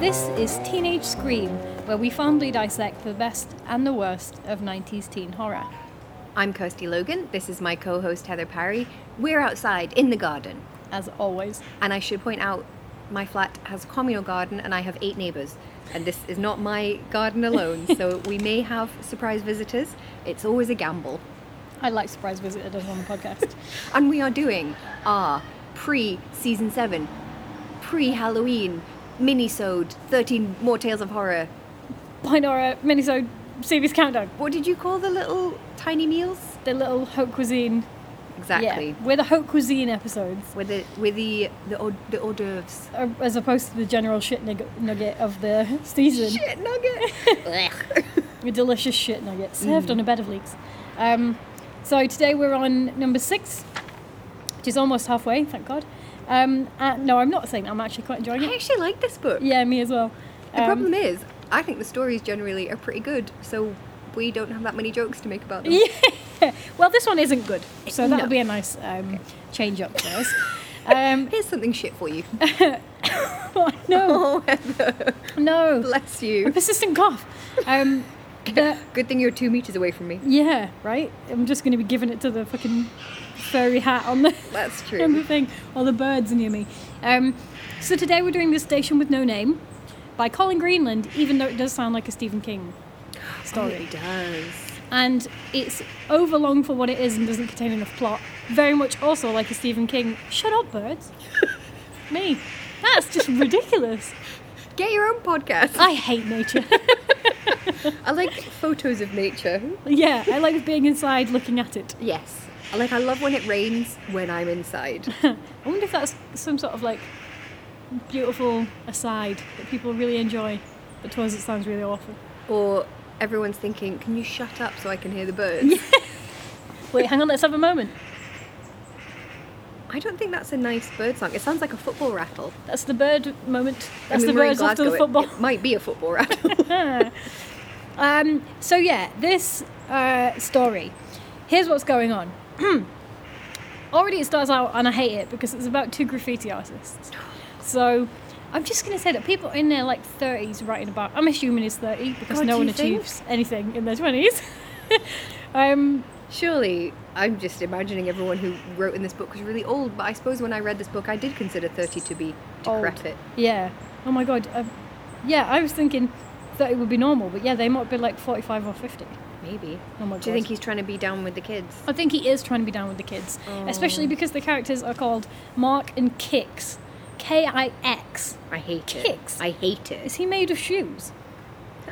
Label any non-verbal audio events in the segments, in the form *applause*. This is Teenage Scream, where we fondly dissect the best and the worst of 90s teen horror. I'm Kirsty Logan. This is my co host Heather Parry. We're outside in the garden. As always, And I should point out my flat has a communal garden and I have eight neighbours. And this is not my garden alone, so we may have surprise visitors. It's always a gamble. I like surprise visitors on the *laughs* podcast. And we are doing our pre season seven, pre Halloween, mini-sode, 13 more tales of horror. Pine Horror Minisode Series Countdown, What did you call the little tiny meals? the little haute cuisine. Exactly. Yeah, we're the haute cuisine episodes, With the with the the hors, the hors d'oeuvres. uh, as opposed to the general shit nug- nugget of the *laughs* season. *laughs* Shit Mm. nugget. A delicious shit nugget served on a bed of leeks. Um, so today we're on number six, which is almost halfway, thank God. Um, uh, no, I'm not saying I'm actually quite enjoying I it. actually like this book. Yeah, me as well. The Um, *laughs* problem is, I think the stories generally are pretty good, so we don't have that many jokes to make about them. *laughs* Yeah. Well, this one isn't good, so that'll No. be a nice um, change up for *laughs* us. um, Here's something shit for you. *laughs* no, *laughs* oh, Heather, no, bless a you. persistent cough. *laughs* Um, the- Good thing you're two meters away from me. yeah, right. I'm just going to be giving it to the fucking furry hat on the *laughs* That's *laughs* on the true. thing, or the birds near me. Um, so today we're doing the station with no name by Colin Greenland, even though it does sound like a Stephen King Oh, story. it does. and it's overlong for what it is and doesn't contain enough plot. Very much also like a Stephen King. Shut up, birds. Me. That's just ridiculous. *laughs* Get your own podcast. I, I hate nature. *laughs* like photos of nature. yeah, I like being inside looking at it. Yes. I Like I love when it rains when *laughs* I'm inside. I wonder if that's some sort of like beautiful aside that people really enjoy, but to us it sounds really awful. or everyone's thinking, "Can you shut up so I can hear the birds?" Wait, hang on, let's have a moment. I don't think that's a nice bird song. It sounds like a football rattle. That's the bird moment. That's I mean, the we're in birds after the Glasgow, football. *laughs* It, it might be a football rattle. *laughs* Um, so yeah, this uh, story. Here's what's going on. *clears throat* Already it starts out, and I hate it because it's about two graffiti artists. So I'm just going to say that people in their like 30s writing about. I'm assuming it's 30 because God, no do one you think? achieves anything in their 20s. *laughs* um, *laughs* Surely, I'm just imagining everyone who wrote in this book was really old, but I suppose when I read this book, I did consider 30 to be Old. decrepit. yeah. Oh my god. Um, yeah, I was thinking 30 would be normal, but yeah, they might be like 45 or 50. Maybe. Oh my god. Do you think he's trying to be down with the kids? I think he is trying to be down with the kids, Oh. especially because the characters are called Mark and Kix. K I X. I hate Kicks. it. I hate Is it. he made of shoes?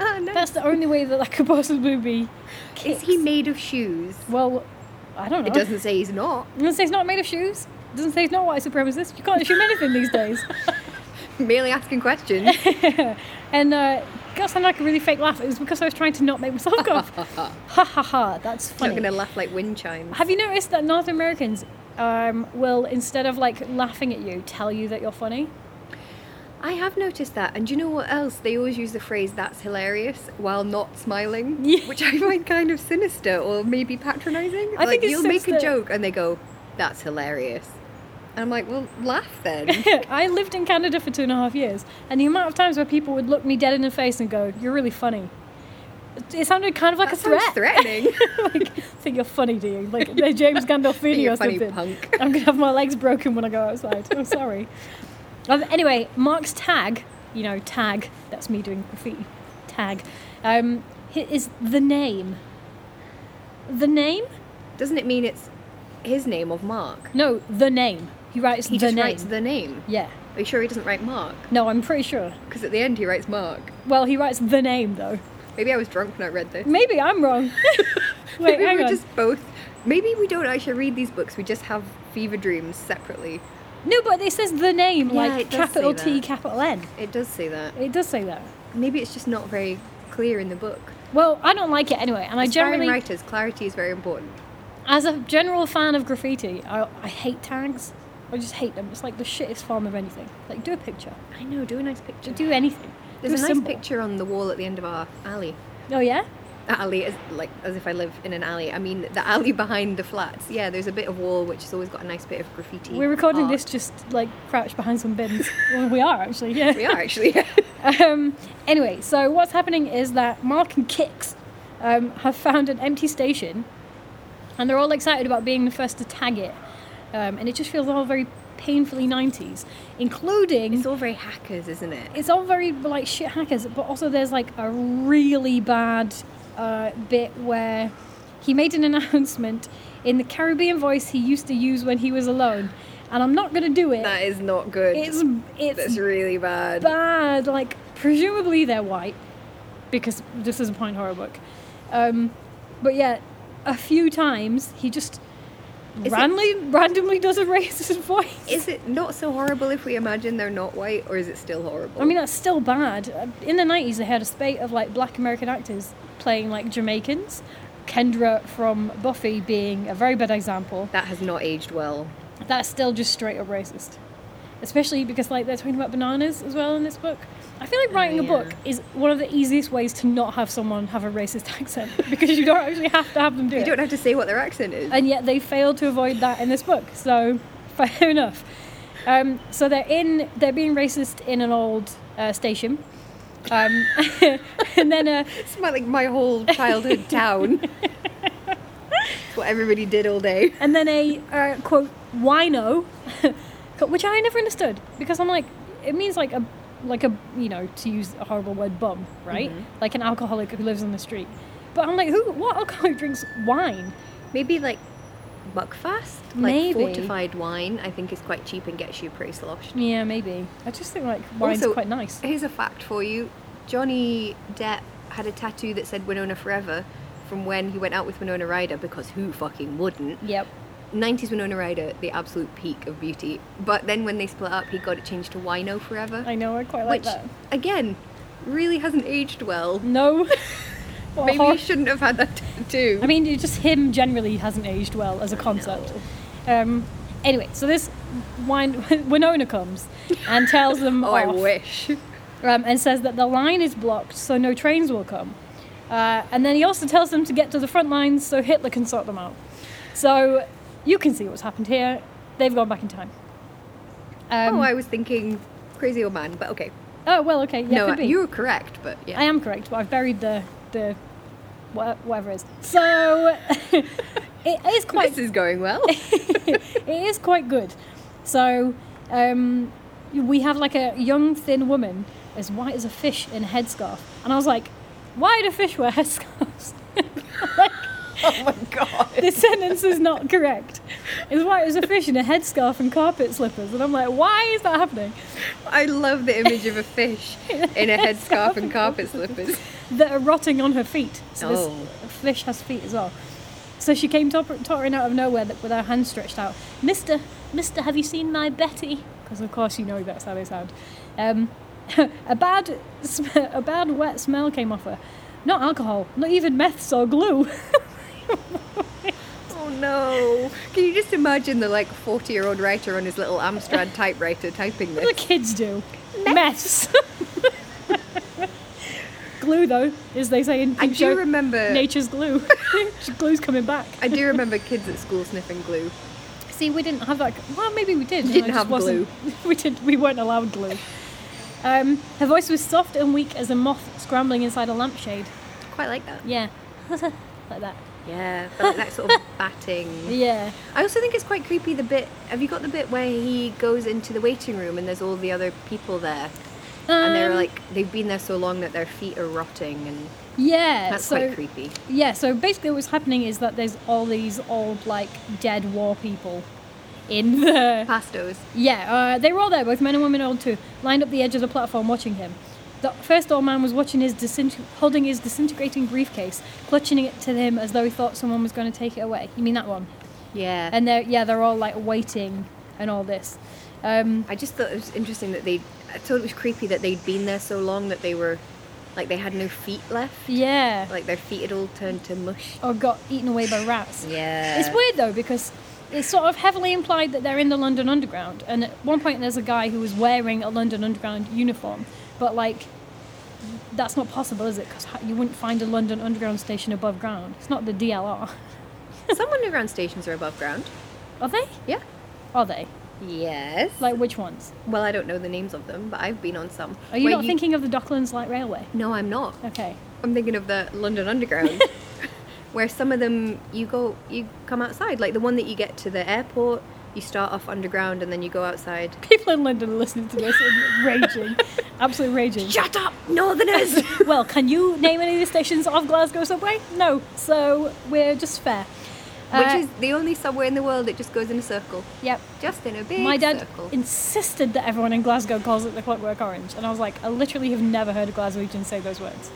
Ah, no. That's the only way that that could possibly be. Is Kicks. he made of shoes? Well, I don't know. It doesn't say he's not. *laughs* It doesn't say he's not made of shoes. It doesn't say he's not white supremacist. You can't assume anything these days. *laughs* Merely asking questions. And uh, got sounded like a really fake laugh. It was because I was trying to not make myself cough. *laughs* ha ha ha. That's I'm funny. not going to laugh like wind chimes. Have you noticed that North Americans um, will, instead of like laughing at you, tell you that you're funny? I have noticed that, and do you know what else? They always use the phrase "that's hilarious" while not smiling, *laughs* Yeah. which I find kind of sinister or maybe patronising. I think like it's you'll make sinister. a joke and they go, "That's hilarious," and I'm like, "Well, laugh *laughs* then." I lived in Canada for two and a half years, and the amount of times where people would look me dead in the face and go, "You're really funny," it sounded kind of like that a threat. sounds threatening. *laughs* like, I think you're funny, do you? Like they're James Gandolfini You're or a funny something. punk. *laughs* I'm gonna have my legs broken when I go outside. I'm sorry. Um, anyway, Mark's tag, you know, tag. That's me doing graffiti. Tag um, hi- is the name. The name? Doesn't it mean it's his name of Mark? No, the name. He writes He the just name. writes the name. yeah. Are you sure he doesn't write Mark? No, I'm pretty sure. Because at the end he writes Mark. Well, he writes the name though. Maybe I was drunk when I read this. Maybe I'm wrong. *laughs* Wait, maybe hang we're on. just both. Maybe we don't actually read these books. We just have fever dreams separately. No, but it says the name, Yeah, like it does capital say T, that. capital N. It does say that. It does say that. Maybe it's just not very clear in the book. Well, I don't like it anyway, and I Aspiring generally, writers, clarity is very important. as a general fan of graffiti, I, I hate tags. I just hate them. It's like the shittest form of anything. Like, do a picture. I know, do a nice picture. Do anything. There's do a nice symbol. picture on the wall at the end of our alley. Oh, yeah? That alley is like as if I live in an alley. I mean, the alley *laughs* behind the flats. Yeah, there's a bit of wall which has always got a nice bit of graffiti. We're recording art. this just like crouched behind some bins. *laughs* well, we are actually, yeah. We are *laughs* actually. *laughs* Um, anyway, so what's happening is that Mark and Kix um, have found an empty station and they're all excited about being the first to tag it. Um, and it just feels all very painfully 90s, including. it's all very hackers, isn't it? it's all very like shit hackers, but also there's like a really bad uh, bit where he made an *laughs* announcement in the Caribbean voice he used to use when he was alone, and I'm not gonna do it. That is not good. It's it's That's really bad. bad. Like presumably they're white, because this is a point horror book. Um, but yeah, a few times he just Is it- randomly randomly does a racist *laughs* voice. Is it not so horrible if we imagine they're not white, or is it still horrible? I mean, that's still bad. Uh, In the nineties, they had a spate of like black American actors playing like Jamaicans. Kendra from Buffy being a very bad example. that has not aged well. That's still just straight up racist, especially because like they're talking about bananas as well in this book. I feel like writing Oh, yeah. a book is one of the easiest ways to not have someone have a racist *laughs* accent because you don't actually have to have them do You it. don't have to say what their accent is. and yet they failed to avoid that in this book. So *laughs* fair enough. Um, so they're in, they're being racist in an old uh, station, um, *laughs* and then uh, It's my, like my whole *laughs* childhood town. It's what everybody did all day. and then a uh, quote wino, *laughs* which I never understood because I'm like, it means like a like a you know to use a horrible word bum, right? Mm-hmm. Like an alcoholic who lives on the street. But I'm like, who? What alcoholic drinks wine? Maybe like buckfast, like Maybe. fortified wine. I think is quite cheap and gets you pretty sloshed. Yeah, maybe. I just think like wine's Also- quite *laughs* nice. Here's a fact for you: Johnny Depp had a tattoo that said Winona Forever from when he went out with Winona Ryder because who fucking wouldn't? Yep. 90s Winona Ryder, the absolute peak of beauty. But then when they split up, he got it changed to Wino Forever, I know. I quite like which that. again really hasn't aged well. No. *laughs* What a Maybe hor- he shouldn't have had that tattoo. Oh. I mean, it just him generally hasn't aged well as a concept. Um, anyway, so this wine, *laughs* Winona comes and tells them *laughs* oh, off I wish. um, and says that the line is blocked, so no trains will come. Uh, and then he also tells them to get to the front lines so Hitler can sort them out. So you can see what's happened here. They've gone back in time. Um, oh, I was thinking crazy old man, but okay. oh, well, okay. Yeah, no, could be. you were correct, but yeah. *laughs* I am correct, but I've buried the the wha- whatever it is. So *laughs* it is quite This is *laughs* going well. Oh it is quite good. So um, we have like a young thin woman as white as a fish in a headscarf, and I was like, why do fish wear *laughs* headscarves? oh my god. this sentence is not correct. It's white as a fish in a headscarf and carpet slippers, and I'm like, why is that happening? I love the image of a fish in a headscarf and carpet slippers. that are rotting on her feet. So Oh. this fish has feet as well. So she came top- tottering out of nowhere th- with her hand stretched out. Mister, Mister, have you seen my Betty? Because of course you know that's how they sound. Um, *laughs* a bad, sm- a bad wet smell came off her. Not alcohol, not even meths or glue. *laughs* Oh no. Can you just imagine the like 40 year old writer on his little Amstrad typewriter typing what this? do kids do? Meths. *laughs* glue though, as they say in I Pink Show, do remember. nature's glue. *laughs* Glue's coming back. I do remember kids at school sniffing glue. See, we didn't have that. Well, maybe we did. and Didn't I just have wasn't- *laughs* We did. We weren't allowed glue. Um, her voice was soft and weak as a moth scrambling inside a lampshade. Quite like that. Yeah, *laughs* like that. Yeah, but like that sort of batting. Yeah. I also think it's quite creepy. The bit have you got the bit where he goes into the waiting room and there's all the other people there, and they're Um, like they've been there so long that their feet are rotting, and Yeah. that's so, quite creepy. Yeah. So basically, what's happening is that there's all these old like dead war people in the Pastos. Yeah, uh, they were all there, both men and women, old too, lined up the edge of the platform watching him. The first old man was watching his disint- holding his disintegrating briefcase, clutching it to him as though he thought someone was going to take it away. You mean that one? Yeah, and And they're yeah, they're all like waiting and all this. Um, I just thought it was interesting that they. I thought it was creepy that they'd been there so long that they were, like they had no feet left. yeah, *laughs* Like their feet had all turned to mush. or got eaten away by rats. Yeah. It's weird though because it's sort of heavily implied that they're in the London Underground. And at one point, there's a guy who was wearing a London Underground uniform, but like, that's not possible, is it? Because you wouldn't find a London Underground station above ground. It's not the DLR, Some underground stations are above ground. *laughs* are they? Yeah. Are they? Yes. Like which ones? well, I don't know the names of them, but I've been on some. Are you where not thinking of the Docklands Light Railway? No, I'm not. Okay. I'm thinking of the London *laughs* Underground, where some of them you go, you come outside, like the one that you get to the airport. You start off underground and then you go outside. People in London are listening to this and *laughs* raging, absolutely raging. Shut up, *laughs* Northerners! well, can you name any of the stations of Glasgow subway? No. So we're just fair. Which Uh, is the only subway in the world that just goes in a circle, yep. just in a big My dad circle. insisted that everyone in Glasgow calls it the Clockwork Orange, and I was like, I literally have never heard a Glaswegian say those words.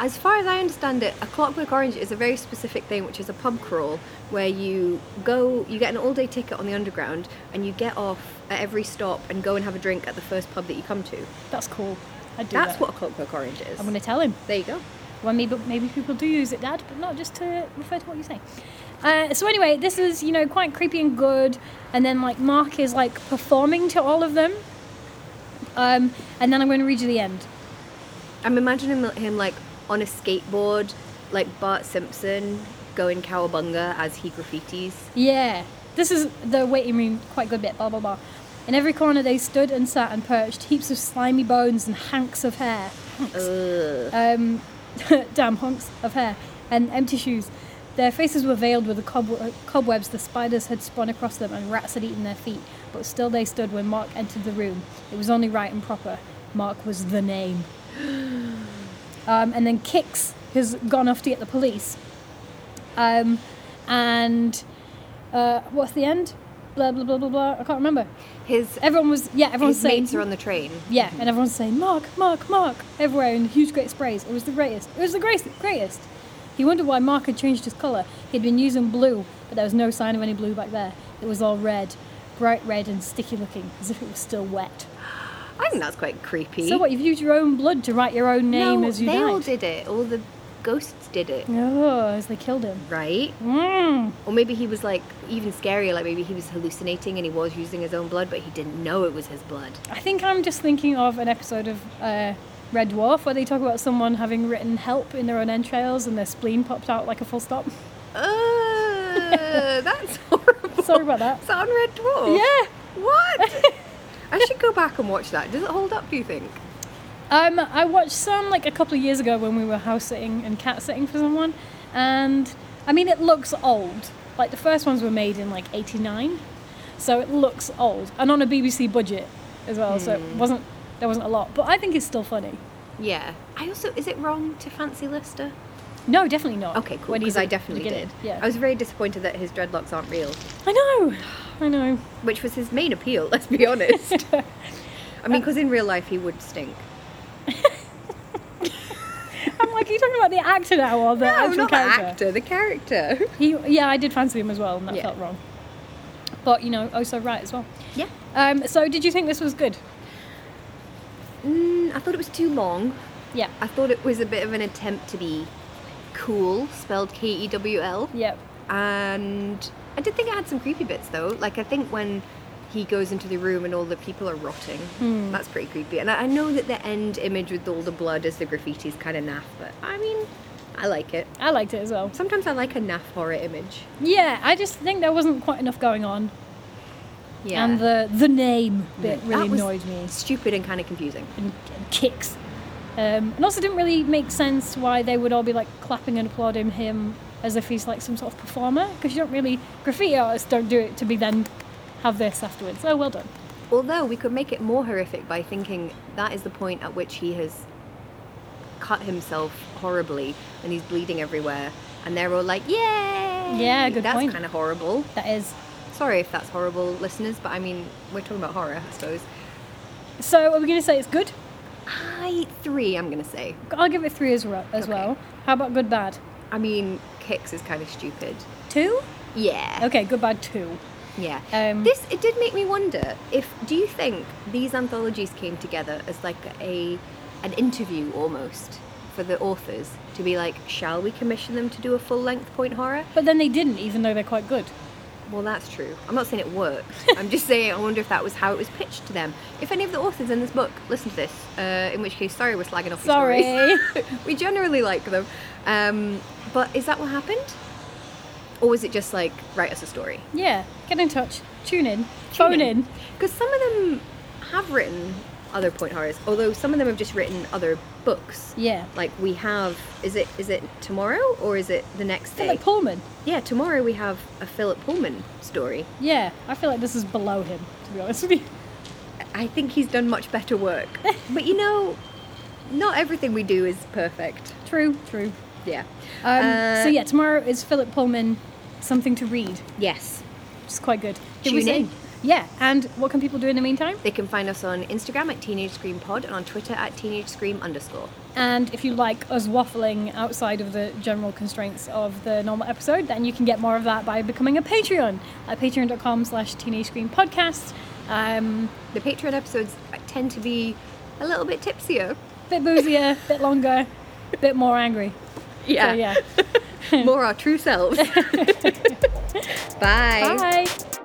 As far as I understand it, a Clockwork Orange is a very specific thing, which is a pub crawl where you go, you get an all day ticket on the underground, and you get off at every stop and go and have a drink at the first pub that you come to. That's cool. I do. That's that. what a Clockwork Orange is. I'm going to tell him. There you go. Well, maybe, maybe people do use it, Dad, but not just to refer to what you say. Uh, so anyway, this is you know quite creepy and good, and then like Mark is like performing to all of them, um, and then I'm going to read you the end. I'm imagining li- him like on a skateboard, like Bart Simpson going cowabunga as he graffitis. Yeah. This is the waiting room, quite good bit, blah, blah, blah. In every corner they stood and sat and perched, heaps of slimy bones and hanks of hair. Hanks. Ugh. Um, *laughs* damn, hunks of hair. And empty shoes. Their faces were veiled with the cob- cobwebs the spiders had spun across them and rats had eaten their feet. But still they stood when Mark entered the room. It was only right and proper. Mark was the name. *gasps* Um, and then Kix has gone off to get the police. Um, and uh, what's the end? Blah blah blah blah blah. I can't remember. His, Everyone was yeah. Everyone was his saying mates are on the train. yeah, and everyone's saying Mark, Mark, Mark everywhere in huge great sprays. It was the greatest. It was the greatest. Greatest. He wondered why Mark had changed his colour. He'd been using blue, but there was no sign of any blue back there. It was all red, bright red and sticky looking, as if it was still wet. I think that's quite creepy. So what? You've used your own blood to write your own name no, as you they died. all did it. All the ghosts did it. Oh, as they killed him. Right? Mm. Or maybe he was like even scarier, like maybe he was hallucinating and he was using his own blood, but he didn't know it was his *laughs* blood. I think I'm just thinking of an episode of uh, Red Dwarf where they talk about someone having written help in their own entrails and their spleen popped out like a full stop. *laughs* Uh, that's *laughs* horrible. Sorry about that. Is that on Red Dwarf? Yeah. *laughs* What? I should go back and watch that. Does it hold up, do you think? Um, I watched some like a couple of years ago when we were house sitting and cat sitting for someone, and I mean it looks old. Like the first ones were made in like '89, so it looks old and on a BBC budget as well. So it Hmm. wasn't there wasn't a lot, but I think it's still funny. Yeah. I also, is it wrong to fancy Lister? No, definitely not. Okay, cool. When he's Because I at the definitely beginning. did. Yeah, I was very disappointed that his dreadlocks aren't real, I know, I know. which was his main appeal, *laughs* let's *laughs* be honest. I mean, because in real life he would stink. I'm like, are you talking about the actor now or the no, actual not character? the actor, the character. *laughs* He, yeah, I did fancy him as well, and that Yeah. felt wrong. But you know, oh so right as well. Yeah. Um, so did you think this was good? Mm, I thought it was too long. Yeah. I thought it was a bit of an attempt to be cool, spelled K E W L. Yeah. And I did think it had some creepy bits though. Like I think when he goes into the room and all the people are rotting, Hmm. that's pretty creepy. And I, I know that the end image with all the blood as the graffiti is kind of naff, but I mean, I like it. I liked it as well. Sometimes I like a naff horror image. Yeah, I just think there wasn't quite enough going on. Yeah. And the the name bit That really was annoyed me. Stupid and kind of confusing. And, and kicks. Um, and also didn't really make sense why they would all be like clapping and applauding him as if he's like some sort of performer because you don't really graffiti artists don't do it to be then have this afterwards. Oh, well done. Although we could make it more horrific by thinking that is the point at which he has cut himself horribly and he's bleeding everywhere, and they're all like, "Yay!" Yeah, good That's point. kind of horrible. That is. Sorry if that's horrible, listeners, but I mean, we're talking about horror, I suppose. So are we going to say it's good? I three, I'm gonna say. I'll give it three as, well. as Okay. well. How about good bad? I mean, kicks is kind of stupid. Two? Yeah. Okay, good bad two. Yeah. Um, this it did make me wonder if do you think these anthologies came together as like a an interview almost for the authors to be like, shall we commission them to do a full length point horror? But then they didn't, even though they're quite good. Well, that's true. I'm not saying it worked. *laughs* I'm just saying I wonder if that was how it was pitched to them. If any of the authors in this book listen to this, uh, in which case, sorry, we're slagging off Sorry. your stories. *laughs* we generally like them, um, but is that what happened? Or was it just like write us a story? Yeah, get in touch. Tune in. Phone in. Because some of them have written other point horrors, although some of them have just written other books. Yeah. Like we have, is it is it tomorrow or is it the next I feel day? like Pullman. yeah, tomorrow we have a Philip Pullman story. Yeah, I feel like this is below him, to be honest with you. *laughs* I think he's done much better work. but you know, not everything we do is perfect. True, true. Yeah. Um, Uh, so yeah, tomorrow is Philip Pullman, something to read, Yes. which is quite good. Tune in. Yeah, and what can people do in the meantime? They can find us on Instagram at Teenage Scream Pod and on Twitter at Teenage Scream underscore. And if you like us waffling outside of the general constraints of the normal episode, then you can get more of that by becoming a Patreon at patreon.com slash teenage screen podcast. Um, The Patreon episodes tend to be a little bit tipsier. bit boozier, bit longer, bit more angry. *laughs* So yeah. *laughs* More our true selves. Bye. Bye.